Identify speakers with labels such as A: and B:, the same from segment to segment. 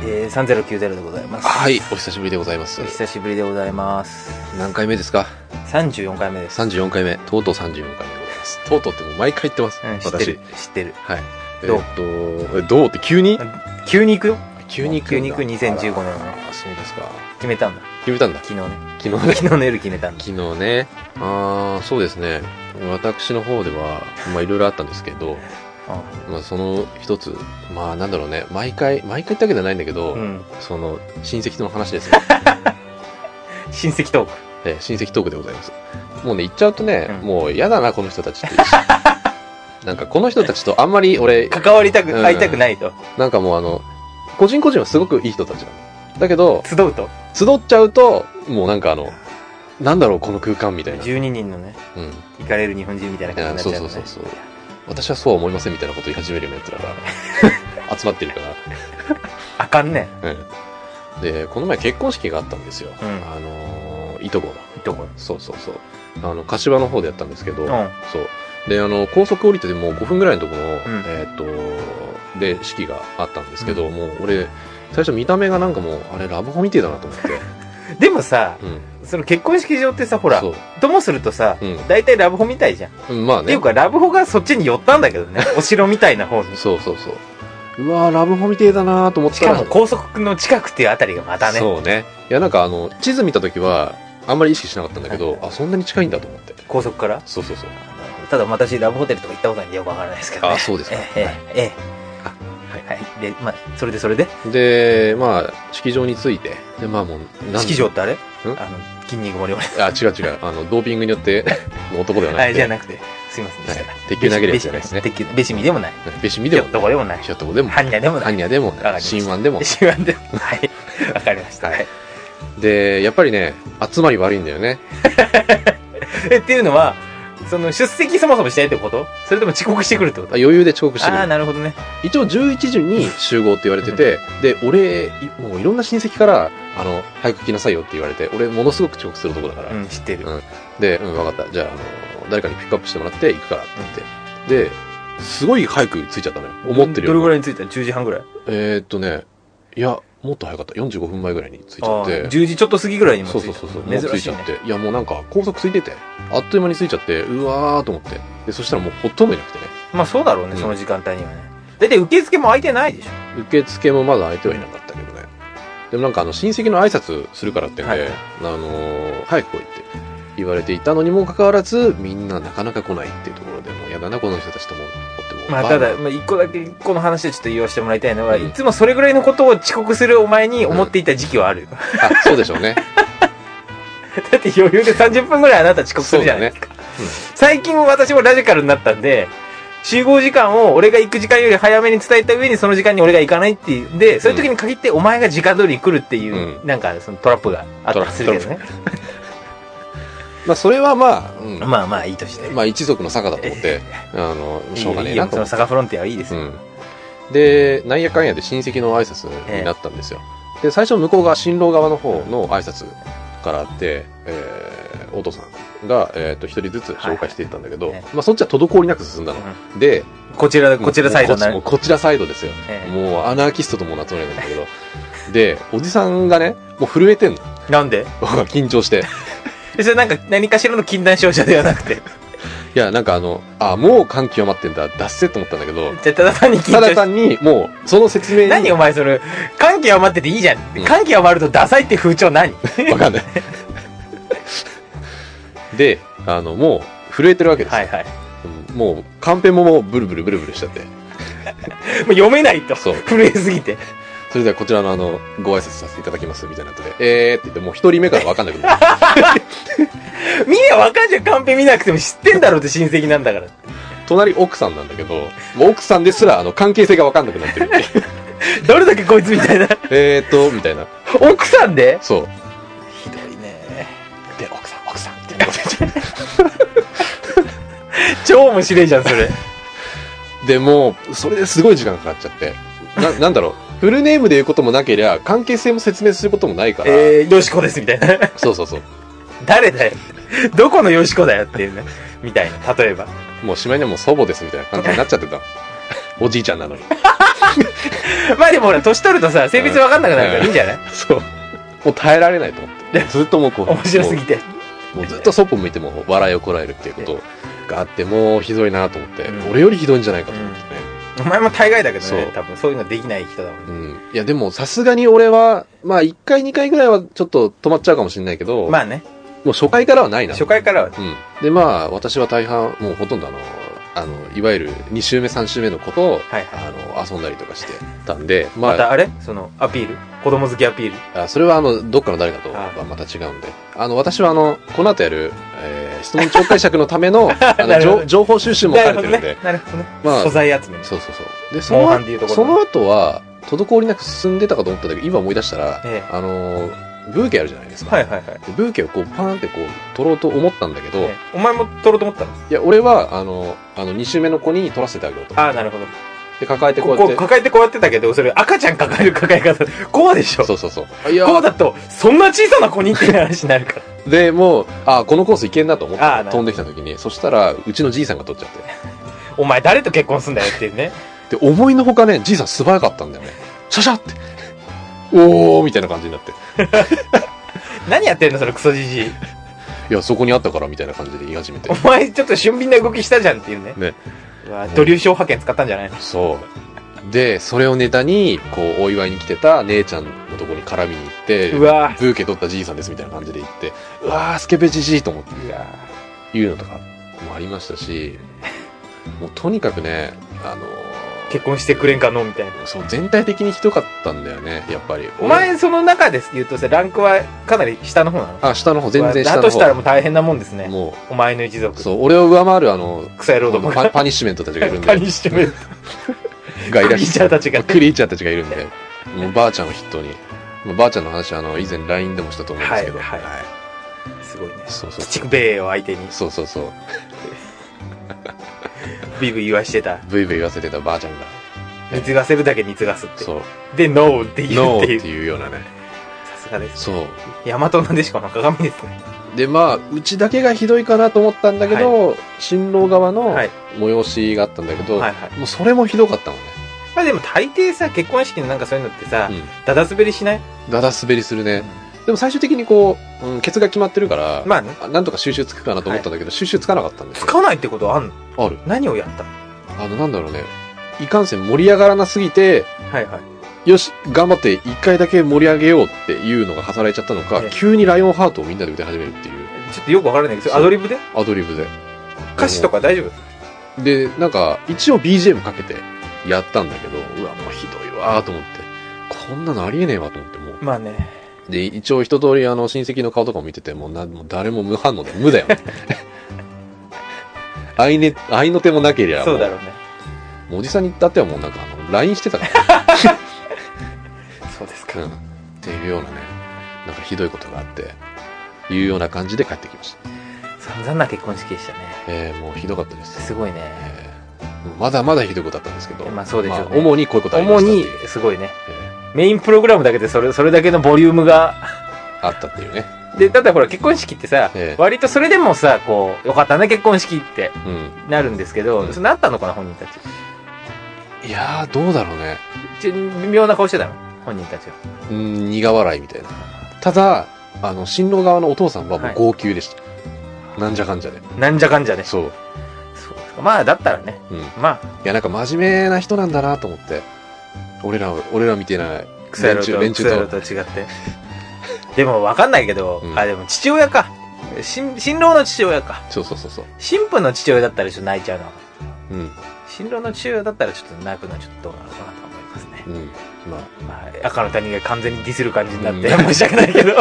A: 3090でございます
B: はい、お久しぶりでございます
A: お。久しぶりでございます
B: 何回目ですか
A: 34回目です、
B: ?34 回目。とうとう34回目でございます。とうとうってもう毎回言ってます。
A: うん、知って
B: 私
A: る。知ってる
B: はい。
A: どう
B: えっと、えどうって急に
A: 急に行くよ
B: 急に行く
A: 急
B: ん
A: に
B: だ
A: 行く2015年
B: あ
A: はね
B: らそうですか。
A: 決めたんだ
B: 決めたんだ。
A: 昨日ね
B: 昨日 ね。
A: 昨日の夜決めたんだ
B: 昨日ね。あー、そうですね。私の方では、まあいろいろあったんですけど、まあその一つ、まあなんだろうね、毎回、毎回ってわけじゃないんだけど、
A: うん、うん、
B: その親戚との話ですね。
A: 親戚トーク
B: えー親戚トークでございます。もうね、言っちゃうとね、
A: うん
B: もう嫌だな、この人たちって。 なんか、この人たちとあんまり俺、
A: 関わりたく、
B: うん
A: 会いたくないと
B: なんかもうあの、個人個人はすごくいい人たちなの。だけど、
A: 集うと
B: 集っちゃうと、もうなんかあの、なんだろう、この空間みたいな。
A: 12人のね
B: うん。
A: 行かれる日本人みたいな感じになっちゃうのね
B: いやそうそうそうそう私はそうは思いませんみたいなこと言い始めるような奴ら が集まってるから。
A: あかんね
B: うん。で、この前結婚式があったんですよ。
A: うん
B: あのー、いとこの。
A: いとこ
B: そうそうそう。あの、柏の方でやったんですけど、
A: うん
B: そう。で、あの、高速降りててもう5分ぐらいのところの、
A: ん
B: えーっ、と、で、式があったんですけど、もう俺、最初見た目がなんかもう、あれ、ラブホみてえだなと 思って。
A: でもさ
B: うん。
A: その結婚式場ってさほら
B: そう。
A: ともするとさ
B: うん
A: 大体ラブホみたいじゃん、
B: うん。まあ
A: ってい
B: ね
A: う。かラブホがそっちに寄ったんだけどねお城みたいな方に
B: そうそうそう。うわーラブホみてえだなーと思っ。
A: したからも高速の近くっていうあたりがまたね
B: そうね。いや、なんかあの、地図見たときは、あんまり意識しなかったんだけど、あ、そんなに近いんだと思って。
A: 高速から
B: そうそうそう。
A: ただ私ラブホテルとか行ったことないんでよくわからないですけど
B: あ、
A: ね
B: そうですか。
A: えええええ
B: あ
A: えはい、でまあそれでそれで
B: で、まあ、式場について、で、まあもう、なん
A: 式場ってあれ
B: ん
A: あの筋肉盛り盛
B: あ、違う違う。あの、ドーピングによって、 もう男では
A: り
B: な
A: はい
B: く
A: じ
B: て、
A: ゃなくてすいませんでした、
B: はい鉄球投げるやつじゃないですね
A: 別別別身でもない
B: べしみで
A: ひょ
B: も
A: っ、とこでもない
B: ひょっとこでも、
A: 般若でもな
B: ハ
A: い
B: ニヤでも
A: かり、ました
B: 新腕でも。
A: 一番でもはいわかりました、
B: はいで、やっぱりね、集まり悪いんだよね。
A: えっていうのはその出席そもそもしないってことそれとも遅刻してくるってこと
B: 余裕で遅刻してく
A: ああ
B: る。
A: なるほどね
B: 一応11時に集合って言われてて、で、俺、いもういろんな親戚から、あの、早く来なさいよって言われて、俺ものすごく遅刻するとこだから、
A: うん知ってる
B: で、うん、わかった。じゃあ、あの、誰かにピックアップしてもらって行くからって言って。で、すごい早く着いちゃったのよ。思って
A: ど
B: るより
A: れ
B: も
A: ぐらいに着いたの10時半ぐらい
B: えーっとね、いや、もっと早かった。45分前ぐらいに着いち
A: あ
B: ゃ
A: あ
B: って。
A: 10時ちょっと過ぎぐらいにも着
B: そ
A: いうた
B: そうそうそう、もう着
A: 珍
B: い
A: し
B: ち
A: い
B: ゃ
A: ね
B: って。いや、もうなんか、高速ついてて。あっという間に着いちゃって、うわーと思って。で、そしたらもうほっとんどいなくてね。
A: まあそうだろうね
B: うん
A: その時間帯にはね大体受付も空いてないでしょ
B: 受付もまだ相手はいなかったけどね。でもなんか、あの、親戚の挨拶するからってんで、
A: はい
B: あのー早く来いって言われていたのにもかかわらず、みんななかなか来ないっていうところで、もうやだな、この人たちとも思ってもう。
A: まあ
B: バー
A: た
B: ナー
A: だ、まあ、一個だけこの話でちょっと言わせてもらいたいのは、
B: うん
A: いつもそれぐらいのことを遅刻するお前に思っていた時期はあ るよ、
B: あ、そうでしょうね。
A: だって余裕で30分ぐらいあなた遅刻するじゃないですか、
B: そうだねうん
A: 最近私もラジカルになったんで集合時間を俺が行く時間より早めに伝えた上にその時間に俺が行かないっていうでそういう時に限ってお前が時間通りに来るっていう、
B: う
A: なんかそのトラップがあったりするけどね
B: まあ、それはまあ、うん。
A: まあまあいいとして
B: まあ、一族の坂だと思って、あの、しょうがねえ
A: いいよいい
B: な
A: よその
B: と思って。
A: サガフロンティアはいいです
B: う
A: よ、
B: ん。で、なんやかんやで親戚の挨拶になったんですよ。で、最初向こう側、新郎側の方の挨拶からあって、えー、お父さんが、えっ、と、一人ずつ紹介していったんだけど、
A: はいはい
B: まあ、そっちは滞りなく進んだの。で、
A: こちらこちらサイドにな
B: も
A: る
B: うこっちもうこちらサイドですよ。
A: ええ
B: もう、アナーキストとも名乗れないんだけど。で、おじさんがね、もう震えてんの。
A: なんで
B: 緊張して。
A: でそれなんか何かしらの禁断症状ではなく て
B: いや、なんかあの、あ、もう感極まってんだ、脱せと思ったんだけど、
A: じゃあただ単に緊
B: た
A: 張
B: だ
A: して
B: 単に、もう、その説明に、
A: 何お前それ歓喜余ってていいじゃん
B: うん
A: 歓喜余るとダサいって風潮何
B: わかんない。で、あの、もう、震えてるわけですよ。
A: はいはい
B: もう、カンペももう、ブルブルブルブルしちゃって。
A: もう読めないと。
B: そう
A: 震えすぎて。
B: それではこちらのあの、ご挨拶させていただきます、みたいなことで、えーって言って、もう一人目からわかんなくなる。
A: みんなわかんじゃん、カンペ見なくても知ってんだろうって親戚なんだから。
B: 隣奥さんなんだけど、もう奥さんですら、あの、関係性がわかんなくなってる っていう。
A: どれだけこいつみたい な。
B: えーっと、みたいな。
A: 奥さんで
B: そう。
A: ひどいね。
B: で、奥さん、奥さん、みたいなこと言っちゃ
A: 超面白いじゃん、そ れ。
B: うで、もう、それですごい時間かかっちゃって。な、なんだろう。フルネームで言うこともなけりゃ、関係性も説明することもないから。
A: えー、よしこです、みたいな。
B: そうそうそう。
A: 誰だよ。どこのよしこだよっていうね。みたいな、例えば。
B: もうしまいにはもう祖母ですみたいな感じになっちゃってた。おじいちゃんなのに。
A: まあでもほら、年取るとさ、性別わかんなくなるからいいんじゃ ない
B: そう。もう耐えられないと思って。ずっともうこう。
A: 面白すぎて。
B: もうずっとそっぽ向いても笑いをこらえるっていうことがあって、もうひどいなと思って、
A: うん
B: 俺よりひどいんじゃないかと思ってね。
A: お前も大概だけど
B: そ
A: ね
B: う、
A: 多分そういうのできない人だもん
B: う
A: ね。
B: ん。いや、でもさすがに俺は、まあ1回2回ぐらいはちょっと止まっちゃうかもしれないけど、
A: まあね、
B: もう初回からはないな。
A: 初回からは、
B: うん。で、まあ私は大半、もうほとんどあの、あの、いわゆる2週目3週目のことを、
A: はいはい。
B: あの、遊んだりとかしてたんで、ま
A: ま
B: あ、
A: たあれその、アピール子供好きアピール
B: あそれはあの、どっかの誰かと
A: あ
B: はまた違うんで、あの、私はあの、この後やる、えー質問超解釈のた めの、あ
A: な
B: の、
A: るほど
B: 情情報収集も
A: な
B: さ
A: るほ
B: れ
A: ど
B: てるん
A: ね
B: で、。
A: なるほどね。
B: まあ
A: 素材集めね。
B: そうそうそう。で、その
A: モンハンでいうところ
B: その後は、滞りなく進んでたかと思ったんだけど、今思い出したら、
A: ええ
B: あのー、ブーケあるじゃないですか。
A: はいはいはい。
B: でブーケをこう、パーンってこう、取ろうと思ったんだけど、
A: ええお前も取ろうと思ったの
B: いや、俺は、あの、あの、2周目の子に取らせてあげようと。
A: ああ、なるほど。
B: で、抱えてこ
A: こ
B: う
A: こ
B: やっ
A: う
B: て。
A: 抱えてこうやってたけど、それ赤ちゃん抱える抱え方、 こうでしょ
B: そうそうそうあ。いやー
A: こうだと、そんな小さな子にっていう話になるから。
B: で、もう、あーこのコースいけんなと思って
A: あーなるほど
B: 飛んできた時に、そしたら、うちのじいさんが取っちゃって。
A: お前誰と結婚すんだよっていうね。
B: で、思いのほかね、じいさん素早かったんだよね。シャシャって。おーみたいな感じになって。
A: 何やってんのそのクソじじい。
B: いや、そこにあったからみたいな感じで言い始めて
A: お。前ちょっと俊敏な動きしたじゃんっていうね。
B: ね。
A: うわドリュー小派遣使ったんじゃないの
B: そう。で、それをネタに、こう、お祝いに来てた姉ちゃんのとこに絡みに行って、
A: うわ
B: ブーケ取ったじいさんですみたいな感じで言って、うわー、スケベじじいと思って
A: うわ
B: 言うのとかもありましたし、もうとにかくね、あのー
A: 結婚してくれんかのみたいな。
B: そう、全体的にひどかったんだよね、やっぱり。
A: お前その中ですって言うとさ、ランクはかなり下の方なの
B: あ、下の方、全然下
A: だ
B: の方。
A: としたらもう大変なもんですね。
B: も
A: お前の一
B: う、
A: 族。
B: そう、俺を上回るあの、
A: 草野郎ども
B: パ
A: が。
B: パニッシュメントたちがいるん
A: パ
B: で、
A: ニッシュメント。
B: がいらっ
A: クリー
B: し
A: チャーたちがね
B: クリーチャーたちがいるんで、もうばあちゃんを筆頭に、もうばあちゃんの話、あの、以前 LINE でもしたと思うんですけど、
A: はいはいすごいね。
B: そうそう
A: 鬼。畜米英を相手に、
B: そうそうそう。
A: ビブ言わしてた。
B: ブイブイ言わせてたばあちゃんが、
A: 貢がせるだけ貢がすって。
B: そう、
A: で、ノーって言う
B: ノ
A: っ
B: ー
A: て
B: って
A: いう。
B: いうようなね。
A: さすがです。
B: そう。
A: 大和なでしこの鏡ですね。
B: で、まあ、うちだけがひどいかなと思ったんだけど、新郎側の
A: はい
B: 催しがあったんだけど、
A: はいはい。
B: もうそれもひどかったもんね。
A: まあでも大抵さ、結婚式のなんかそういうのってさ
B: う、ん
A: ダダ滑りしない
B: だだ滑りするね。でも最終的にこう、うん、ケツが決まってるから、
A: まあね。
B: なんとか収集つくかなと思ったんだけど、収集つかなかったんです
A: つ
B: よ。
A: かないってことはあんの
B: ある。
A: 何をやったの
B: あの、なんだろうね。いかんせん盛り上がらなすぎて、
A: はいはい。
B: よし、頑張って一回だけ盛り上げようっていうのが働いちゃったのか
A: ええ、
B: 急にライオンハートをみんなで歌い始めるっていう
A: ちょっとよくわからないけど、それアドリブで
B: アドリブで。
A: 歌詞とか大丈夫
B: で、なんか、一応 BGM かけてやったんだけど、うわ、もうひどいわーと思って。こんなのありえねえわと思って、もう。
A: まあね。
B: で、一応一通りあの、親戚の顔とかも見てて、もうな、もう誰も無反応で、無だよね。愛ね、愛の手もなけりゃ、も
A: そうだ
B: う、
A: ろうね。
B: もうおじさんに至ってはもうなんか、あの、LINE してたから。
A: そうです
B: う
A: か。
B: ん、っていうようなね、なんかひどいことがあって、いうような感じで帰ってきました。
A: 散々な結婚式でしたね。
B: えー、もうひどかったです。
A: すごいね。
B: えーまだまだひどいことだったんですけど、
A: まあそうでしょうね
B: まあ主にこういうことありま
A: 主
B: したってい
A: に
B: う、
A: すごいね。
B: え
A: メインプログラムだけでそれ、それだけのボリュームが。
B: ーあったっていうね。
A: で、ただほら結婚式ってさ、
B: ええ
A: 割とそれでもさ、こう、よかったね結婚式って
B: うん。
A: なるんですけど、
B: うん
A: それなったのかな本人たち。
B: いやー、どうだろうね。
A: ち微妙な顔してたの本人たちは。
B: うん、苦笑いみたいな。ただ、あの、新郎側のお父さんはも
A: は
B: う
A: い
B: 号泣でした。なんじゃかんじゃで。
A: なんじゃかんじゃね。
B: そう。
A: そうですか。まあだったらね。
B: うん。い
A: ま
B: や、なんか真面目な人なんだなと思って。俺ら、俺ら見てない
A: あ、クソ野郎と、
B: 連
A: ク
B: 中
A: ソ野郎
B: 連
A: と
B: 中と。
A: 違って。でもわかんないけど、
B: うん
A: あ、でも父親か。新、新郎の父親か。
B: そうそうそうそう。
A: 新婦の父親だったらちょっと泣いちゃうのは。
B: うん。
A: 新郎の父親だったらちょっと泣くのはちょっとどうなのかなと思いますね。
B: うん。まあ、
A: まあ、赤の他人が完全にディスる感じになって、
B: うん
A: 申し訳ないけ ど。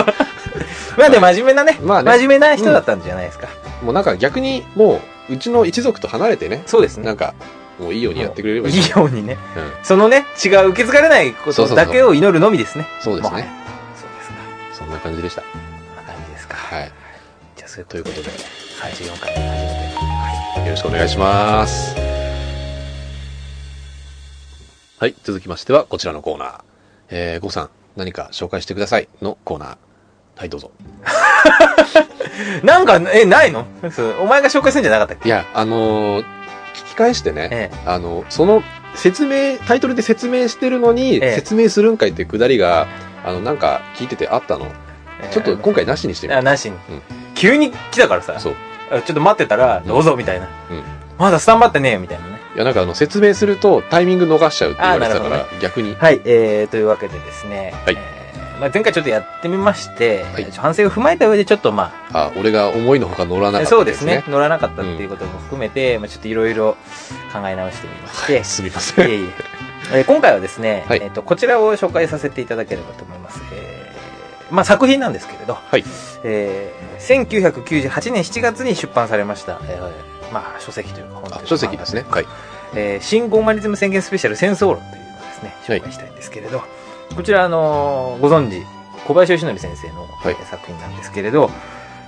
A: まあでも真面目なね。
B: まあね
A: 真面目な人だったんじゃないですか。
B: もうなんか逆にもう、うちの一族と離れてね、
A: そうですね。
B: なんか、もういいようにやってくれればいい。
A: いいようにね。
B: うん
A: そのね、血が受け継がれないこ
B: そうそう
A: と
B: そう
A: だけを祈るのみですね。
B: そうですね
A: ま。あそうですか。
B: そんな感じでした。
A: こんな感じですか。
B: はい。
A: じゃあ、そう
B: とい
A: いうう
B: こ
A: ことと
B: で
A: で、84回目始めて。
B: よろしくお願いします。はい。続きましては、こちらのコーナー。えー、ゴーさん、何か紹介してくださいのコーナー。はい、どうぞ。
A: なんか、え、ないのそうお前が紹介するんじゃなかったっけ
B: いや、あのー聞き返してね、
A: え
B: あの、その説明、タイトルで説明してるのに、
A: ええ
B: 説明するんかいってくだりが、あの、なんか聞いててあったの。ちょっと今回なしにしてみ
A: あ、
B: る。
A: なしに
B: ん。
A: 急に来たからさ、
B: そう。
A: あちょっと待ってたら、
B: ん
A: どうぞみたいな
B: うん。
A: まだスタンバってねえよみたいなね。
B: いや、なんかあの、説明するとタイミング逃しちゃうって言われてたか
A: あなる
B: ら、逆に。
A: はい、えー、というわけでですね、
B: は
A: え
B: い
A: ーまあ、前回ちょっとやってみまして、
B: はい
A: ちょ反省を踏まえた上でちょっとま
B: あ、俺が思いのほか乗らなか
A: あ、
B: った
A: そう
B: で
A: ですす
B: ね
A: ね。、乗らなかったっていうことも含めて、まあ、ちょっといろいろ考え直してみまして、
B: すみません。
A: いえいええー今回はですね、
B: はい
A: えー、とこちらを紹介させていただければと思います、えーまあ、作品なんですけれど、
B: はい
A: えー1998年7月に出版されました、えーまあ、書籍というか本という
B: あ
A: か
B: 書籍ですね。はい。
A: えー新ゴーマニズム宣言スペシャル戦争論というのをですね、
B: はい
A: 紹介したいんですけれど、こちら、あのーご存知、小林義則先生の、
B: はい
A: えー作品なんですけれど、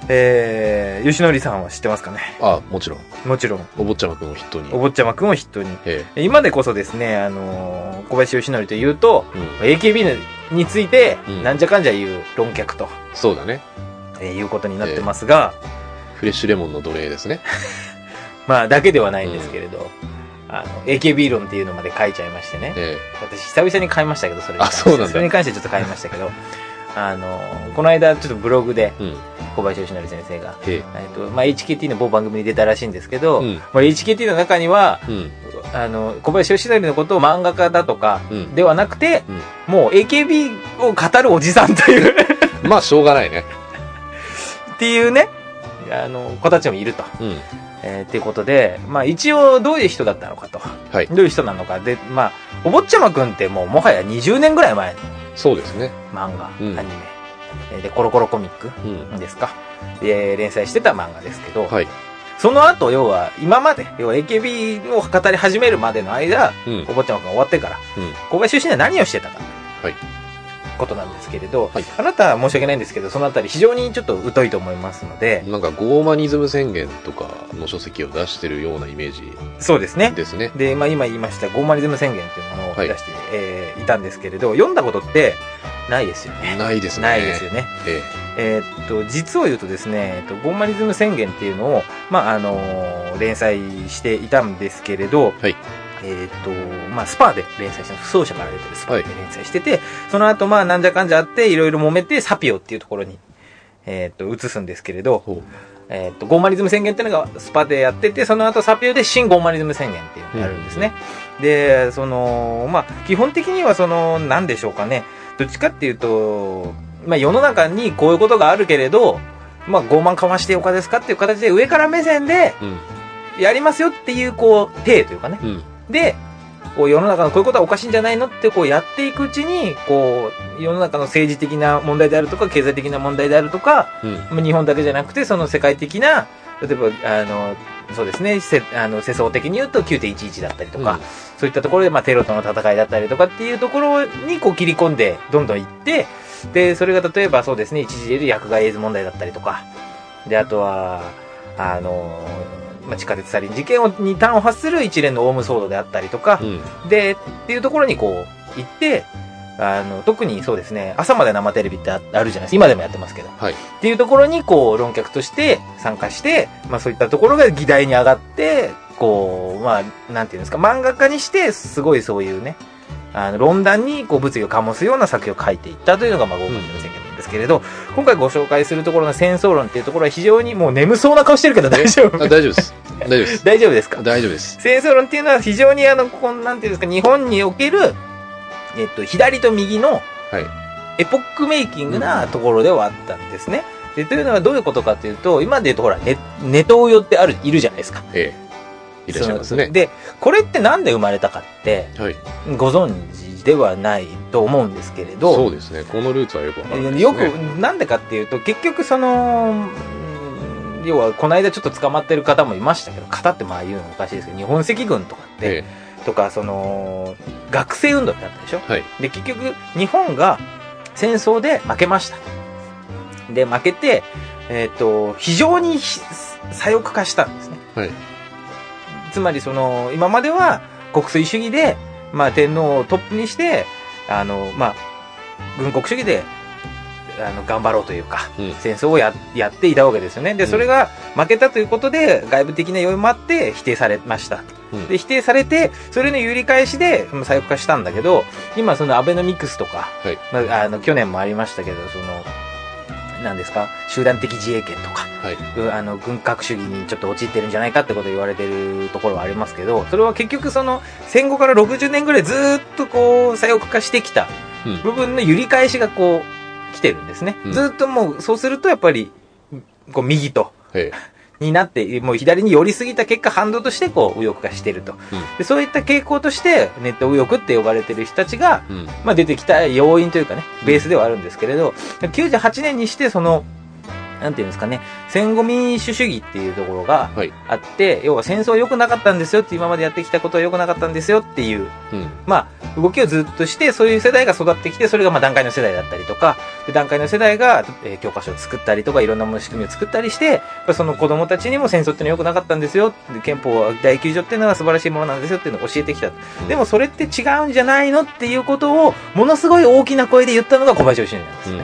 A: えー、義則さんは知ってますかね
B: あ、もちろん。
A: もちろん、
B: お坊ちゃまくんを筆頭に。
A: お坊ちゃまくんを筆頭に。
B: え
A: えー今でこそですね、あのー小林義則というと、
B: え。うん。
A: AKB について
B: うん、
A: なんじゃかんじゃ言う論客と、
B: そうだね。
A: えーいうことになってますが、
B: フレッシュレモンの奴隷ですね。
A: まあ、だけではないんですけれど、あの、AKB 論っていうのまで書いちゃいましてね。
B: え
A: 私久々に買いましたけどそれに関して
B: あそうなんだ
A: それに関してちょっと買いましたけどあのこの間ちょっとブログで
B: え。うん。
A: 小林義則先生が、
B: え
A: えっとまあ、HKT の某番組に出たらしいんですけど、
B: うん
A: まあ、HKT の中には
B: え。うん。
A: あの小林義則のことを漫画家だとか
B: うん
A: ではなくて、もう AKB を語るおじさんという
B: まあ、しょうがないね。
A: っていうねあの子たちもいると。
B: うん。
A: えーっていうことで、まあ一応どういう人だったのかと。
B: はい
A: どういう人なのか。で、まあ、お坊ちゃまくんってもうもはや20年ぐらい前の
B: そうですね。
A: 漫画、
B: うん
A: アニメ、えーで、コロコロコミック
B: うん。
A: ですか、で連載してた漫画ですけど、
B: はい。
A: その後、要は、今まで、要は AKB を語り始めるまでの間、
B: うん
A: お。坊ちゃまくんが終わってから、
B: うん
A: 小林出身で何をしてたか、
B: はい
A: ことなんですけれど、
B: はい
A: あなたは申し訳ないんですけど、そのあたり非常にちょっと疎いと思いますので、
B: なんか、ゴーマニズム宣言とかの書籍を出してるようなイメージ
A: そうですね。
B: ですね。
A: で、まあ今言いました、ゴーマリズム宣言というものを
B: はい
A: 出して、えーいたんですけれど、読んだことってないですよね。
B: ないですね。
A: ないですよね。
B: え
A: えーっと、実を言うとですね、えっと、ゴーマリズム宣言っていうのを、まあ、あのー連載していたんですけれど、
B: はい
A: えーっと、まあ、スパーで連載した、奏者から出てるスパーで連載してて、その後、まあ、なんじゃかんじゃあって、いろいろ揉めて、サピオっていうところに、えーっと、移すんですけれど
B: え。、ほう。
A: えーっと、ゴーマリズム宣言っていうのがスパでやってて、その後サピオで新ゴーマリズム宣言っていうのがあるんですね。で、その、まあ、基本的にはその、なんでしょうかね。どっちかっていうと、まあ、世の中にこういうことがあるけれど、まあ、傲慢かましてよかですかっていう形で上から目線で
B: うん。
A: やりますよっていう、こう、体というかね。
B: うん。
A: で、こう世の中のこういうことはおかしいんじゃないのってこうやっていくうちに、こう、世の中の政治的な問題であるとか、経済的な問題であるとか、
B: うん。
A: まあ日本だけじゃなくて、その世界的な、例えば、あの、そうですね、せあの世相的に言うと9.11だったりとか、
B: うん
A: そういったところで、まあ、テロとの戦いだったりとかっていうところにこう切り込んで、どんどん行って、で、それが例えばそうですね、一時で言う薬害エイズ問題だったりとか、で、あとは、あの、まあ、地下鉄サリン事件をに端を発する一連のオウム騒動であったりとか
B: う、ん。
A: で、っていうところにこう行って、あの、特にそうですね、朝まで生テレビってああるじゃないですか。今でもやってますけど。
B: はい
A: っていうところにこう論客として参加して、まあそういったところが議題に上がって、こう、まあ、なんていうんですか、漫画家にして、すごいそういうね、あの、論壇にこう物議を醸すような作品を書いていったというのが、まあ、ゴーカの宣言なんですけれど、今回ご紹介するところの戦争論っていうところは非常にもう眠そうな顔してるけど大丈
B: あ
A: 夫
B: 大丈夫です。大丈夫です。
A: 大丈夫ですか
B: 大丈夫です。
A: 戦争論っていうのは非常にあの、こんなんていうんですか、日本における、えっと、左と右の
B: はい。
A: エポックメイキングなところではあったんですね。でというのはどういうことかというと、今で言うとほら、ネネトウヨってある、いるじゃないですか。
B: ええ。いらっしゃいます
A: その
B: ね。
A: で、これってなんで生まれたかって、
B: はい。
A: ご存知ではないと思うんですけれど、
B: そうですね。このルーツはよくわからないですね。
A: よく、なんでかっていうと、結局その、うん要は、この間ちょっと捕まってる方もいましたけど、方ってまあ言うのおかしいですけど、日本赤軍とかって、
B: え
A: とか、その、学生運動ってあったでしょ
B: え。はい。
A: で、結局、日本が戦争で負けました。で、負けて、えっ、と、非常にひ左翼化したんですね。
B: はい。
A: つまり、その、今までは国粋主義で、まあ、天皇をトップにして、あの、まあ、軍国主義で、あの頑張ろうというか、
B: うん
A: 戦争をややっていたわけですよね。で、
B: うん
A: それが負けたということで、外部的な要因もあって否定されました。
B: うん
A: で、否定されて、それの揺り返しで、まあ左翼化したんだけど、今そのアベノミクスとか、
B: はい
A: まあ、あの、去年もありましたけど、その、なんですか、集団的自衛権とか、
B: はい。
A: うあの軍拡主義にちょっと陥ってるんじゃないかってことを言われてるところはありますけどそれは結局その戦後から60年ぐらいずーっとこう左翼化してきた
B: うん
A: 部分の揺り返しがこう来てるんですね、
B: うん
A: ずーっともうそうするとやっぱりこう右と
B: え
A: になってもう左に寄りすぎた結果反動としてこう右翼化してると、でそういった傾向としてネット右翼って呼ばれてる人たちが
B: え。うん。
A: まあ、出てきた要因というかね、ベースではあるんですけれど、98年にしてその、なんていうんですかね、戦後民主主義っていうところが
B: はい。
A: あって、要は戦争は良くなかったんですよって今までやってきたことは良くなかったんですよっていう、
B: うん。
A: まあ、動きをずっとして、そういう世代が育ってきて、それがまあ段階の世代だったりとか、で段階の世代が、えー教科書を作ったりとか、いろんなもの仕組みを作ったりして、やっぱその子供たちにも戦争っていうのは良くなかったんですよ、で憲法第9条っていうのは素晴らしいものなんですよっていうのを教えてきた。でもそれって違うんじゃないのっていうことを、ものすごい大きな声で言ったのが小林義則なんで
B: う
A: す
B: ん、う
A: ね。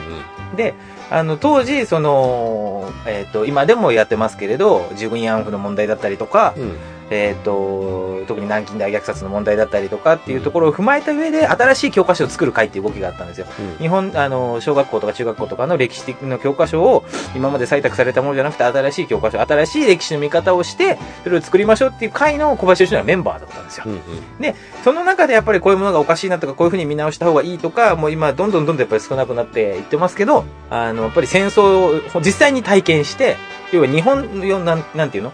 B: ん。
A: で、あの、当時、その、えっ、と、今でもやってますけれど、従軍慰安婦の問題だったりとか、
B: うん。
A: えっ、と、特に南京大虐殺の問題だったりとかっていうところを踏まえた上で、新しい教科書を作る会っていう動きがあったんですよ。
B: うん。
A: 日本、あの、小学校とか中学校とかの歴史的な教科書を、今まで採択されたものじゃなくて、新しい教科書、新しい歴史の見方をして、それを作りましょうっていう会の小林義則はメンバーだったんですよ。
B: うん。
A: その中でやっぱりこういうものがおかしいなとか、こういうふうに見直した方がいいとか、もう今どんどんどんどんやっぱり少なくなっていってますけど、あの、やっぱり戦争を実際に体験して、要は日本、よなんなんていうの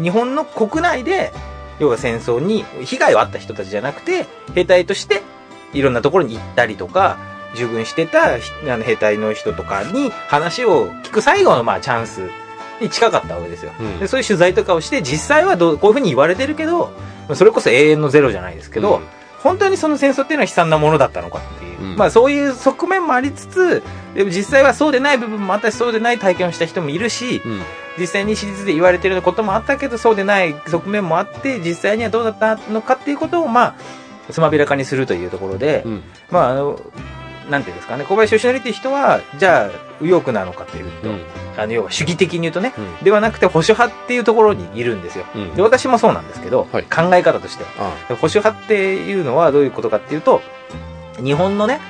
A: 日本の国内で、要は戦争に被害をあった人たちじゃなくて、兵隊としていろんなところに行ったりとか、従軍してたひあの兵隊の人とかに話を聞く最後のまあチャンスに近かったわけですよ。
B: うん
A: でそういう取材とかをして、実際はどうこういうふうに言われてるけど、まあそれこそ永遠のゼロじゃないですけど、、本当にその戦争っていうのは悲惨なものだったのかっていう、
B: うん
A: まあそういう側面もありつつ、でも実際はそうでない部分もあったし、そうでない体験をした人もいるし、
B: うん。
A: 実際に史実で言われてることもあったけど、そうでない側面もあって、実際にはどうだったのかっていうことを、まあ、つまびらかにするというところで、
B: うん。
A: まああの、なんていうんですかね、小林義則っていう人は、じゃあ、右翼なのかというと、
B: うん。
A: あの、要は主義的に言うとね、
B: うん。
A: ではなくて保守派っていうところにいるんですよ。
B: うん。
A: で、私もそうなんですけど、
B: はい
A: 考え方として。
B: あ
A: 保守派っていうのはどういうことかっていうと、日本のね、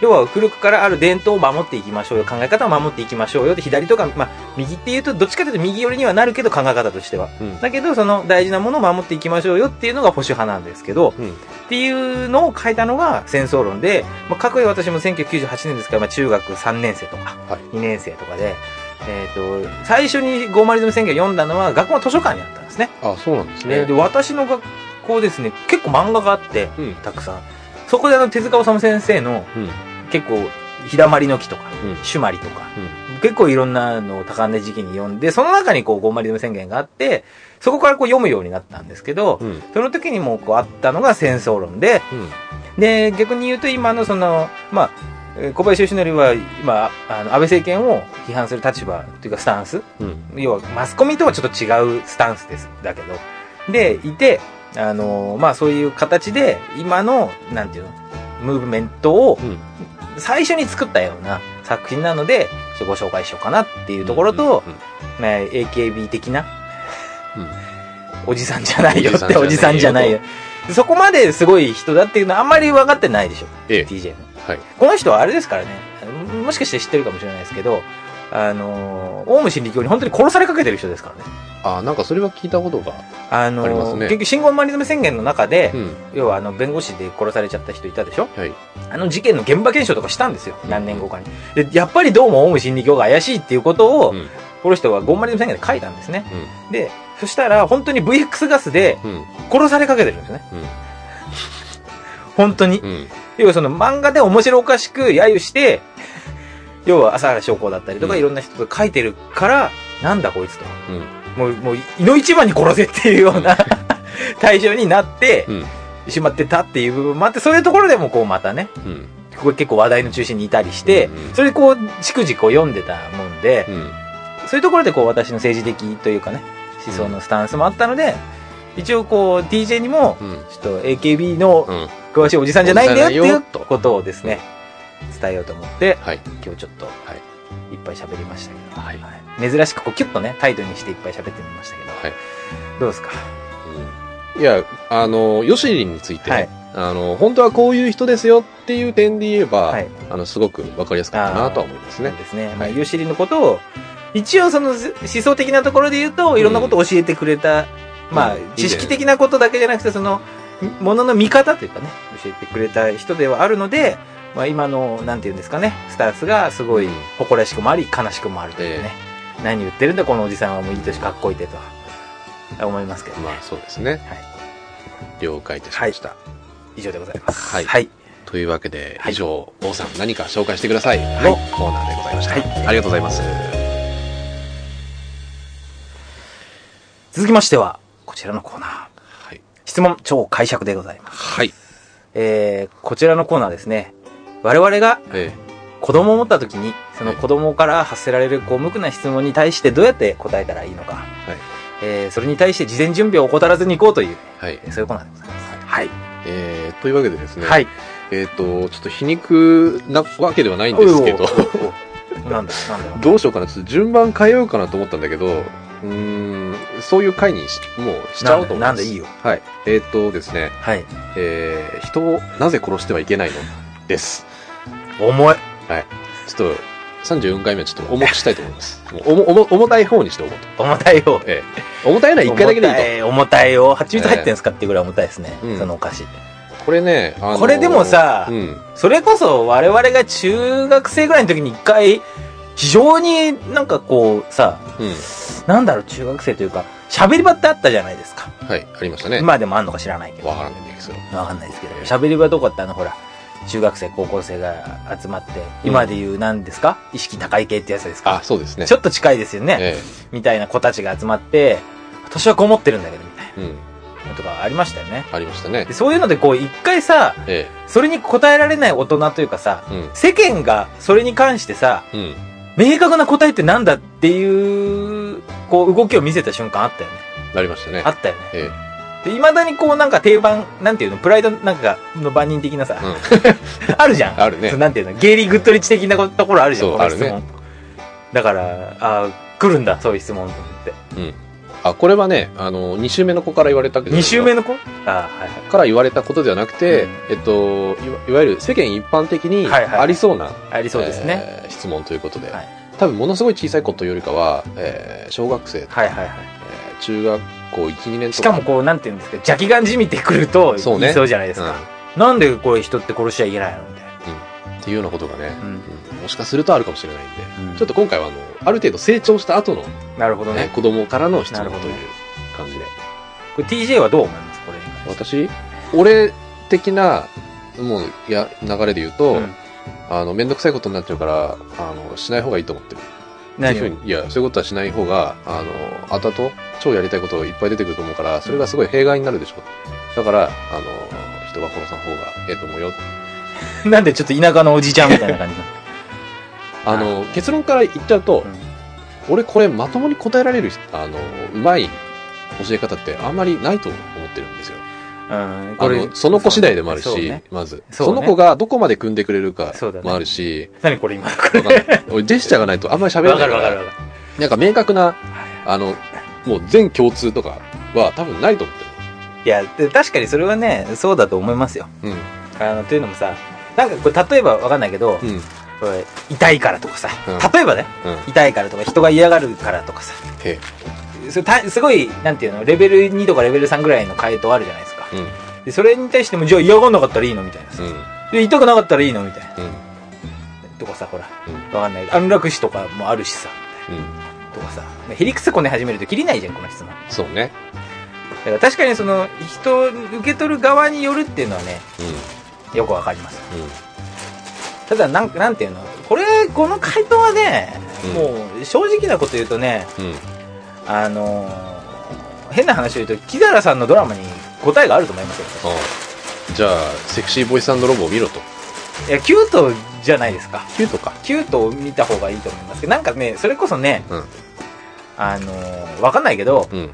A: 要は古くからある伝統を守っていきましょうよ、考え方を守っていきましょうよって、左とか、まあ、右っていうと、どっちかというと右寄りにはなるけど、考え方としては。
B: うん。
A: だけど、その大事なものを守っていきましょうよっていうのが保守派なんですけど、
B: う
A: っ
B: ん。
A: ていうのを書いたのが戦争論で、まあ、かくいう私も1998年ですから、まあ、中学3年生とか
B: はい
A: 2年生とかで、えっと最初に「ゴーマリズム宣言」を読んだのは学校の図書館にあったんですね。
B: あ、そうなんです
A: で
B: ね。
A: 私の学校ですね結構漫画があって
B: うん。
A: たくさんそこであの手塚治虫先生の
B: うん。
A: 結構「ひだまりの木」とか
B: うん
A: 「シュマリ」とか結構いろんなのを高値時期に読んでその中にこう「ゴーマリズム宣言」があってそこからこう読むようになったんですけど
B: うん。うん。
A: その時にもうこうあったのが戦争論で
B: うん。
A: で、逆に言うと今のその、まあ、えー小林義則は今、あの、安倍政権を批判する立場というかスタンス、
B: うん。
A: 要はマスコミとはちょっと違うスタンスです、だけど。で、いて、あのーまあそういう形で今の、なんていうの、ムーブメントを
B: うん
A: 最初に作ったような作品なので、ちょっとご紹介しようかなっていうところと、、ね AKB 的な
B: うん。
A: おじさんじゃないよってお
B: お
A: じ
B: じ
A: さん
B: さん
A: じ
B: じ
A: ゃ
B: ゃ
A: な
B: ないい
A: よ
B: よ。
A: そこまですごい人だっていうのはあんまり分かってないでしょ、
B: ええ
A: TJ の。
B: はい。
A: この人はあれですからね、あのもしかして知ってるかもしれないですけど、あのー、オウム真理教に本当に殺されかけてる人ですからね。
B: あ、なんかそれは聞いたことが。
A: あのー
B: ありますね
A: 結局、信号マリズム宣言の中で
B: う、ん。
A: 要はあの、弁護士で殺されちゃった人いたでしょ
B: はい。
A: あの事件の現場検証とかしたんですよ。何年後かに。で、やっぱりどうもオウム真理教が怪しいっていうことを、
B: うん。
A: この人はゴンマリズム宣言で書いたんですね。で、そしたら本当に VX ガスで
B: うん。
A: 殺されかけてるんですね。
B: うん。
A: 本当に。
B: うん。
A: 要はその漫画で面白おかしく揶揄して、要は朝原将校だったりとか
B: うん
A: いろんな人と書いてるから、なんだこいつと。
B: うん。
A: もう、もう、いの一番に殺せっていうような 対象になって
B: うん。
A: しまってたっていう部分もあって、そういうところでもこうまたね、
B: うん。
A: ここ結構話題の中心にいたりして
B: うんうん、
A: それでこう、逐次こう読んでたもんで、
B: うん。
A: そういうところでこう私の政治的というかね、思想のスタンスもあったので、一応こう DJ にも、
B: うん。
A: ちょっと AKB の
B: うん。
A: 詳しいおじさんじゃないんだよって
B: おじ
A: い
B: さ
A: うん
B: じゃないよと
A: ことをですね、伝えようと思って、
B: はい。
A: 今日ちょっと、
B: い
A: いっぱい喋りましたけど、
B: はい
A: はい珍しくこうキュッとね、タイトにしていっぱい喋ってみましたけど、
B: はい
A: どうですか
B: うんいや、あの、ヨシリンについて、
A: はい
B: あの、本当はこういう人ですよっていう点で言えば、
A: はい
B: あの、すごくわかりやすかったなとは思いますね。
A: ですね。ま
B: は
A: あ、
B: い
A: ヨシリンのことを、一応そのず思想的なところで言うと、
B: ん
A: いろんなことを教えてくれた、まあ
B: うんいいね、
A: 知識的なことだけじゃなくて、その、ものの見方というかね、教えてくれた人ではあるので、まあ今の、なんて言うんですかね、スタンスがすごい
B: うん
A: 誇らしくもあり、悲しくもあるというね。何言ってるんだ、このおじさんはもういい年かっこいいてと、思いますけどね。
B: まあ、そうですね。
A: はい
B: 了解いたしました。
A: 以上でございます。
B: はい
A: はい。
B: というわけで、
A: はい
B: 以上、王さん何か紹介してくださいのコーナーでございました。
A: はい
B: ありがとうございます。
A: 続きましては、こちらのコーナー。
B: はい。
A: 質問超解釈でございます。
B: はい。
A: えー、こちらのコーナーですね。我々が
B: え
A: 子供を持った時に、その子供から発せられるこう無垢な質問に対してどうやって答えたらいいのか。
B: はい
A: えー、それに対して事前準備を怠らずに行こうという、
B: ーはい
A: え。ーそういうコーナーでございます。はい。
B: えーというわけでですね、
A: はい。
B: えっ、と、ちょっと皮肉なわけではないんですけど、
A: おおなんだ、なんだろう。
B: どうしようかな、ちょっと順番変えようかなと思ったんだけど、うーん、そういう回にしもうしちゃおうと思い
A: なんでな
B: ます。
A: んでいいよ。
B: はい。えっ、とですね、
A: はい。
B: えー、人をなぜ殺してはいけないのです。
A: 重い。
B: ちょっと、34回目はちょっと重くしたいと思 います。もう重重重たい方にしておこう
A: 重たいよ。
B: と。ええ重たいのは1回だけでいいと。
A: い重たいよ。蜂蜜入ってんすかっていうぐらい重たいですね。
B: うん
A: そのお菓子。
B: これね、あのー
A: これでもさ
B: うん。
A: それこそ我々が中学生ぐらいの時に一回、非常になんかこうさ、
B: うん。
A: なんだろう、中学生というか、喋り場ってあったじゃないですか。
B: はい、ありましたね。
A: 今でもあんのか知らないけど。
B: わからないんですよ。
A: わかんないですけど
B: え。え
A: 喋り場どこってあの、ほら、中学生、高校生が集まって、今で言う何ですか意識高い系ってやつです
B: あ
A: か、
B: そうですね。
A: ちょっと近いですよね。
B: え
A: みたいな子たちが集まって、私はこう思ってるんだけど、みたい
B: えうん。
A: なとかありましたよね。
B: ありましたね
A: で。そういうのでこう、一回さ、
B: え
A: それに答えられない大人というかさ、
B: えうん。
A: 世間がそれに関してさ、
B: うん。
A: 明確な答えってなんだっていう、こう、動きを見せた瞬間あったよね。
B: なりましたね
A: あ。ったよね。
B: え
A: で、未だにこうなんか定番、なんていうの、プライドなんかの番人的なさ
B: え、うん。
A: あるじゃん。
B: あるね
A: そうなんていうの、ゲイリー・グッドリッチ的なこところあるじゃん、
B: そう
A: この質問。
B: ある
A: だから、ああ、来るんだ、そういう質問と思って。
B: あ、これはね、あの、2週目の子から言われたけど。
A: 2週目の子ああ、はいはい。
B: から言われたことではなくて、
A: うん
B: えっといわ、いわゆる世間一般的に
A: はいはい
B: ありそうな、
A: ありそうですね。
B: えー質問ということで、
A: はい
B: 多分ものすごい小さいことよりかは、えー小学生、
A: はいはいはい。
B: えー中学校1、2年とか。
A: しかもこう、なんていうんですか、邪気眼じみてくると、
B: そうね
A: 言いそうじゃないです
B: うん、
A: か。なんでこれ人って殺しちゃいけないのみたいな。
B: っていうようなことがね、
A: うん。
B: うんもしかするとあるかもしれないんで、
A: うん
B: ちょっと今回はあの、ある程度成長した後の、
A: なるほど
B: ね
A: ね。
B: 子供からの質問
A: なるほ
B: と
A: ど
B: いう
A: ね
B: 感じで。
A: これ TJ はどう思いますこれに関して。
B: 私、俺的な、もう、いや、流れで言うと、
A: うん
B: あの、めんどくさいことになっちゃうから、あの、しない方がいいと思ってる。って
A: 何
B: いうふうにいや、そういうことはしない方が、あの、あたと、超やりたいことがいっぱい出てくると思うから、それがすごい弊害になるでしょ。だから、あの、人は殺さん方がええと思うよ。
A: をなんでちょっと田舎のおじちゃんみたいな感じなの
B: あの、結論から言っちゃうと、
A: うん
B: 俺これまともに答えられる人、あの、うまい教え方ってあんまりないと思ってるんですよ。
A: うん、
B: あの、その子次第でもある
A: そう
B: し、
A: ね
B: まず
A: そ
B: そ、
A: うね
B: の子がどこまで組んでくれるか
A: そうだね
B: もあるし、
A: 何これ今のこれ。
B: わかんない俺ジェスチャーがないとあんまり喋れない
A: わかるわかるわか
B: なんか明確な、
A: る。
B: あの、もう全共通とかは多分ないと思って
A: いや、で確かにそれはね、そうだと思いますよ。
B: る。
A: あの、というのもさ、なんかこれ例えばわかんないけど、
B: うん。うん。
A: これ痛いからとかさ、
B: うん
A: 例えばね、
B: うん。
A: 痛いからとか人が嫌がるからとかさ、
B: へ
A: それたすごい、なんていうの、レベル2とかレベル3ぐらいの回答あるじゃないですか。
B: うん。うん。
A: で、それに対しても、じゃあ嫌がんなかったらいいのみたいなさ。で、痛くなかったらいいのみたいな。
B: うん。
A: とかさ、ほら、
B: うん
A: わかんない。安楽死とかもあるしさ、
B: うん。
A: とかさ、へりくつこね始めると切りないじゃん、この質問。
B: そうね。
A: だから確かにその人を受け取る側によるっていうのはね
B: う
A: よくわかります
B: ん。うん。
A: ただなんなんていうのこれこの回答はね、
B: うん
A: もう正直なこと言うとね
B: うん。
A: あのー変な話を言うと木原さんのドラマに答えがあると思いますよ
B: ああじゃあ、セクシーボイスロボを見ろと。
A: いやキュートじゃないですか
B: キュートか。
A: キュートを見た方がいいと思いますけどなんかねそれこそね、
B: うん
A: あのーわかんないけど
B: うん。うん。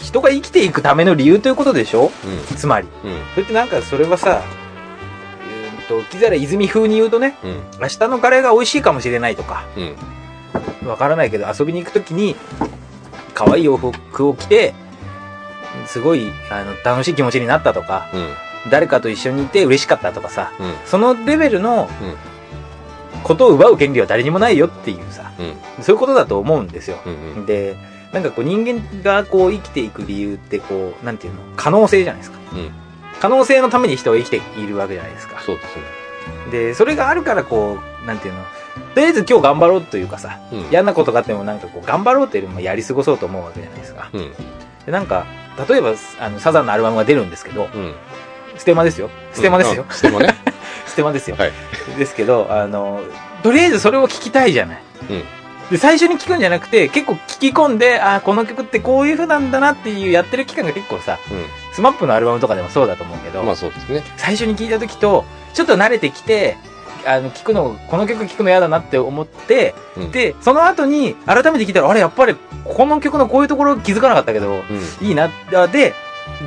A: 人が生きていくための理由ということでしょつまり
B: うん。
A: それってなんかそれはさ、えーと、木皿泉風に言うとね、
B: うん。
A: 明日のカレーが美味しいかもしれないとか、
B: うん。
A: わからないけど、遊びに行くときに、可愛い洋服を着て、すごい、あの、楽しい気持ちになったとか、
B: うん。
A: 誰かと一緒にいて嬉しかったとかさ、
B: うん。
A: そのレベルの、ことを奪う権利は誰にもないよっていうさ、
B: うん。
A: そういうことだと思うんですよ。
B: うん。うん。
A: で、なんかこう人間がこう生きていく理由ってこう、なんていうの可能性じゃないですか。
B: うん
A: 可能性のために人は生きているわけじゃないですか。
B: そうですね。
A: で、それがあるからこう、なんていうのとりあえず今日頑張ろうというかさ、
B: うん。
A: 嫌なことがあってもなんかこう、頑張ろうというよりもやり過ごそうと思うわけじゃないですか。
B: うん。
A: で、なんか、例えば、あの、サザンのアルバムが出るんですけど、
B: うん。
A: ステマですよ。ステマですよ。
B: うん。ステマね。
A: ステマですよ。
B: はい
A: ですけど、あの、とりあえずそれを聞きたいじゃない。
B: うん
A: で、最初に聞くんじゃなくて、結構聞き込んで、あーこの曲ってこういう風なんだなっていうやってる期間が結構さ、スマップのアルバムとかでもそうだと思うけ
B: う
A: ど、
B: ん。まあそうですね。
A: 最初に聞いた時と、ちょっと慣れてきて、あの、聞くの、この曲聞くの嫌だなって思って、
B: うん。、
A: で、その後に改めて聞いたら、あれ、やっぱり、この曲のこういうところ気づかなかったけど、
B: うん。
A: いいな。あで、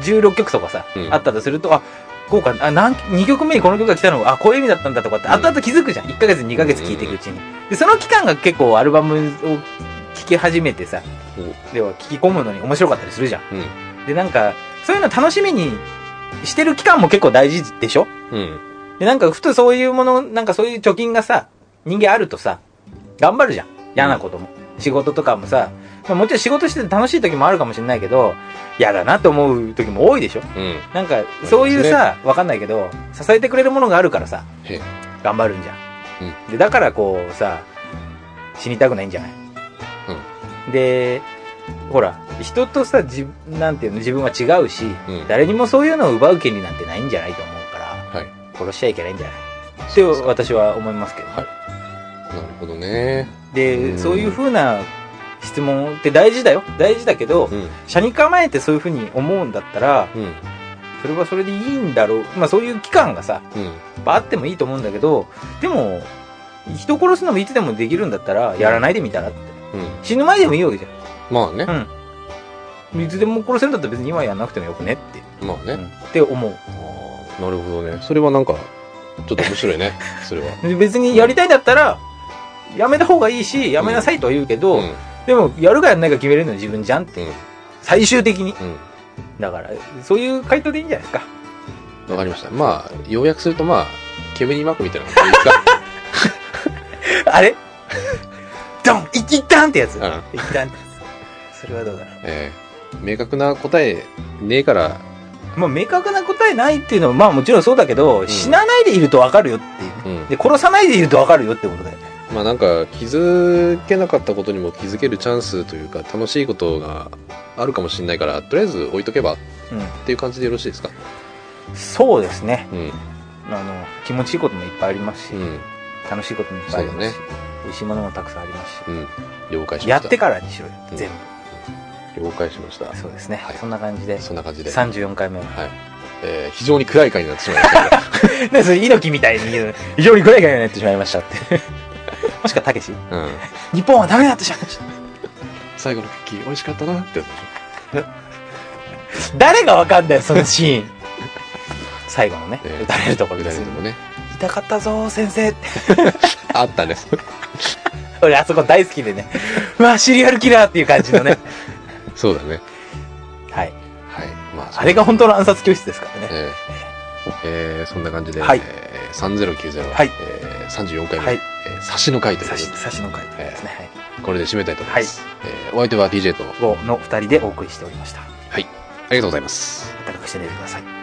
A: 16曲とかさ、
B: うん
A: あったとすると、あ、こうか、あ、なん、2曲目にこの曲が来たの、あ、こういう意味だったんだとかって、
B: うん
A: 後々気づくじゃん。1ヶ月、2ヶ月聴いていくうちに。で、その期間が結構アルバムを聴き始めてさ、要は聴き込むのに面白かったりするじゃん。で、なんか、そういうの楽しみにしてる期間も結構大事でしょ
B: うん。
A: で、なんか、ふとそういうもの、なんかそういう貯金がさ、人間あるとさ、頑張るじゃん。嫌なことも。仕事とかもさ、まあもちろん仕事してて楽しい時もあるかもしれないけど、嫌だなって思う時も多いでしょ
B: うん。
A: なんか、そういうさ、わかんないけど、支えてくれるものがあるからさ
B: へえ、
A: 頑張るんじゃん。で、だからこうさ、死にたくないんじゃない、で、ほら、人とさ、じ、なんていうの、自分は違うし、
B: うん。
A: 誰にもそういうのを奪う権利なんてないんじゃないと思うから、
B: はい。
A: 殺しちゃいけないんじゃないって
B: そうですか
A: 私は思いますけど、
B: はなるほどね。う
A: で
B: ん
A: そういうふうな質問って大事だよ大事だけど
B: うん。
A: 社に構えてそういうふうに思うんだったら
B: うん。
A: それはそれでいいんだろうまあそういう期間がさ
B: うん。
A: あってもいいと思うんだけどでも人殺すのもいつでもできるんだったらやらないでみたらって
B: うん。
A: 死ぬ前でもいいわけじ
B: まあね。
A: ゃんいつでも殺せるんだったら別に今やらなくてもよくねって、
B: まあ
A: う
B: ね。
A: んって思う
B: ああ、なるほどね。それはなんか、ちょっと面白いね。 それは。
A: で別にやりたいんだったらやめた方がいいしやめなさいとは言うけど、
B: うん。
A: でもやるかやらないか決めれるのは自分じゃんって
B: うん。
A: 最終的に
B: うん。
A: だから、そういう回答でいいんじゃないですか。
B: わかりました。まあ、要約するとまあ、煙に巻くみたいな感じですか。
A: あれドン一旦ってや つ。一
B: うん。
A: 旦ってやつ。それはどうだろ
B: えー、明確な答えねえから、
A: う。まあ、明確な答えないっていうのは、まあもちろんそうだけど、
B: ん
A: 死なないでいるとわかるよっていうね。
B: うん。
A: で、殺さないでいるとわかるよってことだよね。
B: まあなんか、気づけなかったことにも気づけるチャンスというか、楽しいことがあるかもしれないから、とりあえず置いとけばっ
A: う
B: ていう感じでよろしいですか
A: ん。そうですね。
B: うん。
A: あの、気持ちいいこともいっぱいありますし、
B: うん。
A: 楽しいこともいっぱいありますし、
B: そ
A: 美味しいものもたくさんありますし、
B: うん。了解しました。
A: やってからにしろよ。
B: うん
A: 全
B: 了解しました
A: 部。。そうですね。
B: はい
A: そんな感じで、
B: そんな感じで。はい。
A: 34回目は。
B: えー、非常に暗い回になってしまいましたけど。
A: ね、それ猪木みたいに言うの非常に暗い回になってしまいましたって。もしか、たけし
B: うん。
A: 日本はダメになってしまいました。
B: 最後のクッキー美味しかったなってやつでし
A: 誰がわかんないそのシーン最後のね、
B: ょ。えー
A: 打たれるところ
B: 打た
A: で
B: れ
A: す
B: るとこね。
A: 痛かったぞー先生って
B: あったね。
A: 俺あそこ大好きでね うわシリアルキラーっていう感じの ね
B: そうだね。
A: はい
B: はい。まあ、
A: あれが本当の暗殺教室ですからね
B: えーえーそんな感じで、
A: はい
B: えー3090は、
A: はい
B: えー34回目、
A: はい
B: えー差しの回というこ
A: 差
B: と
A: し
B: で、
A: 差しの回答ですね、はい
B: これで締めたいと思います。えーお相手は DJ と、あ
A: 午後の2人でお送りしておりました
B: りがとうございます。
A: 暖かくして寝てください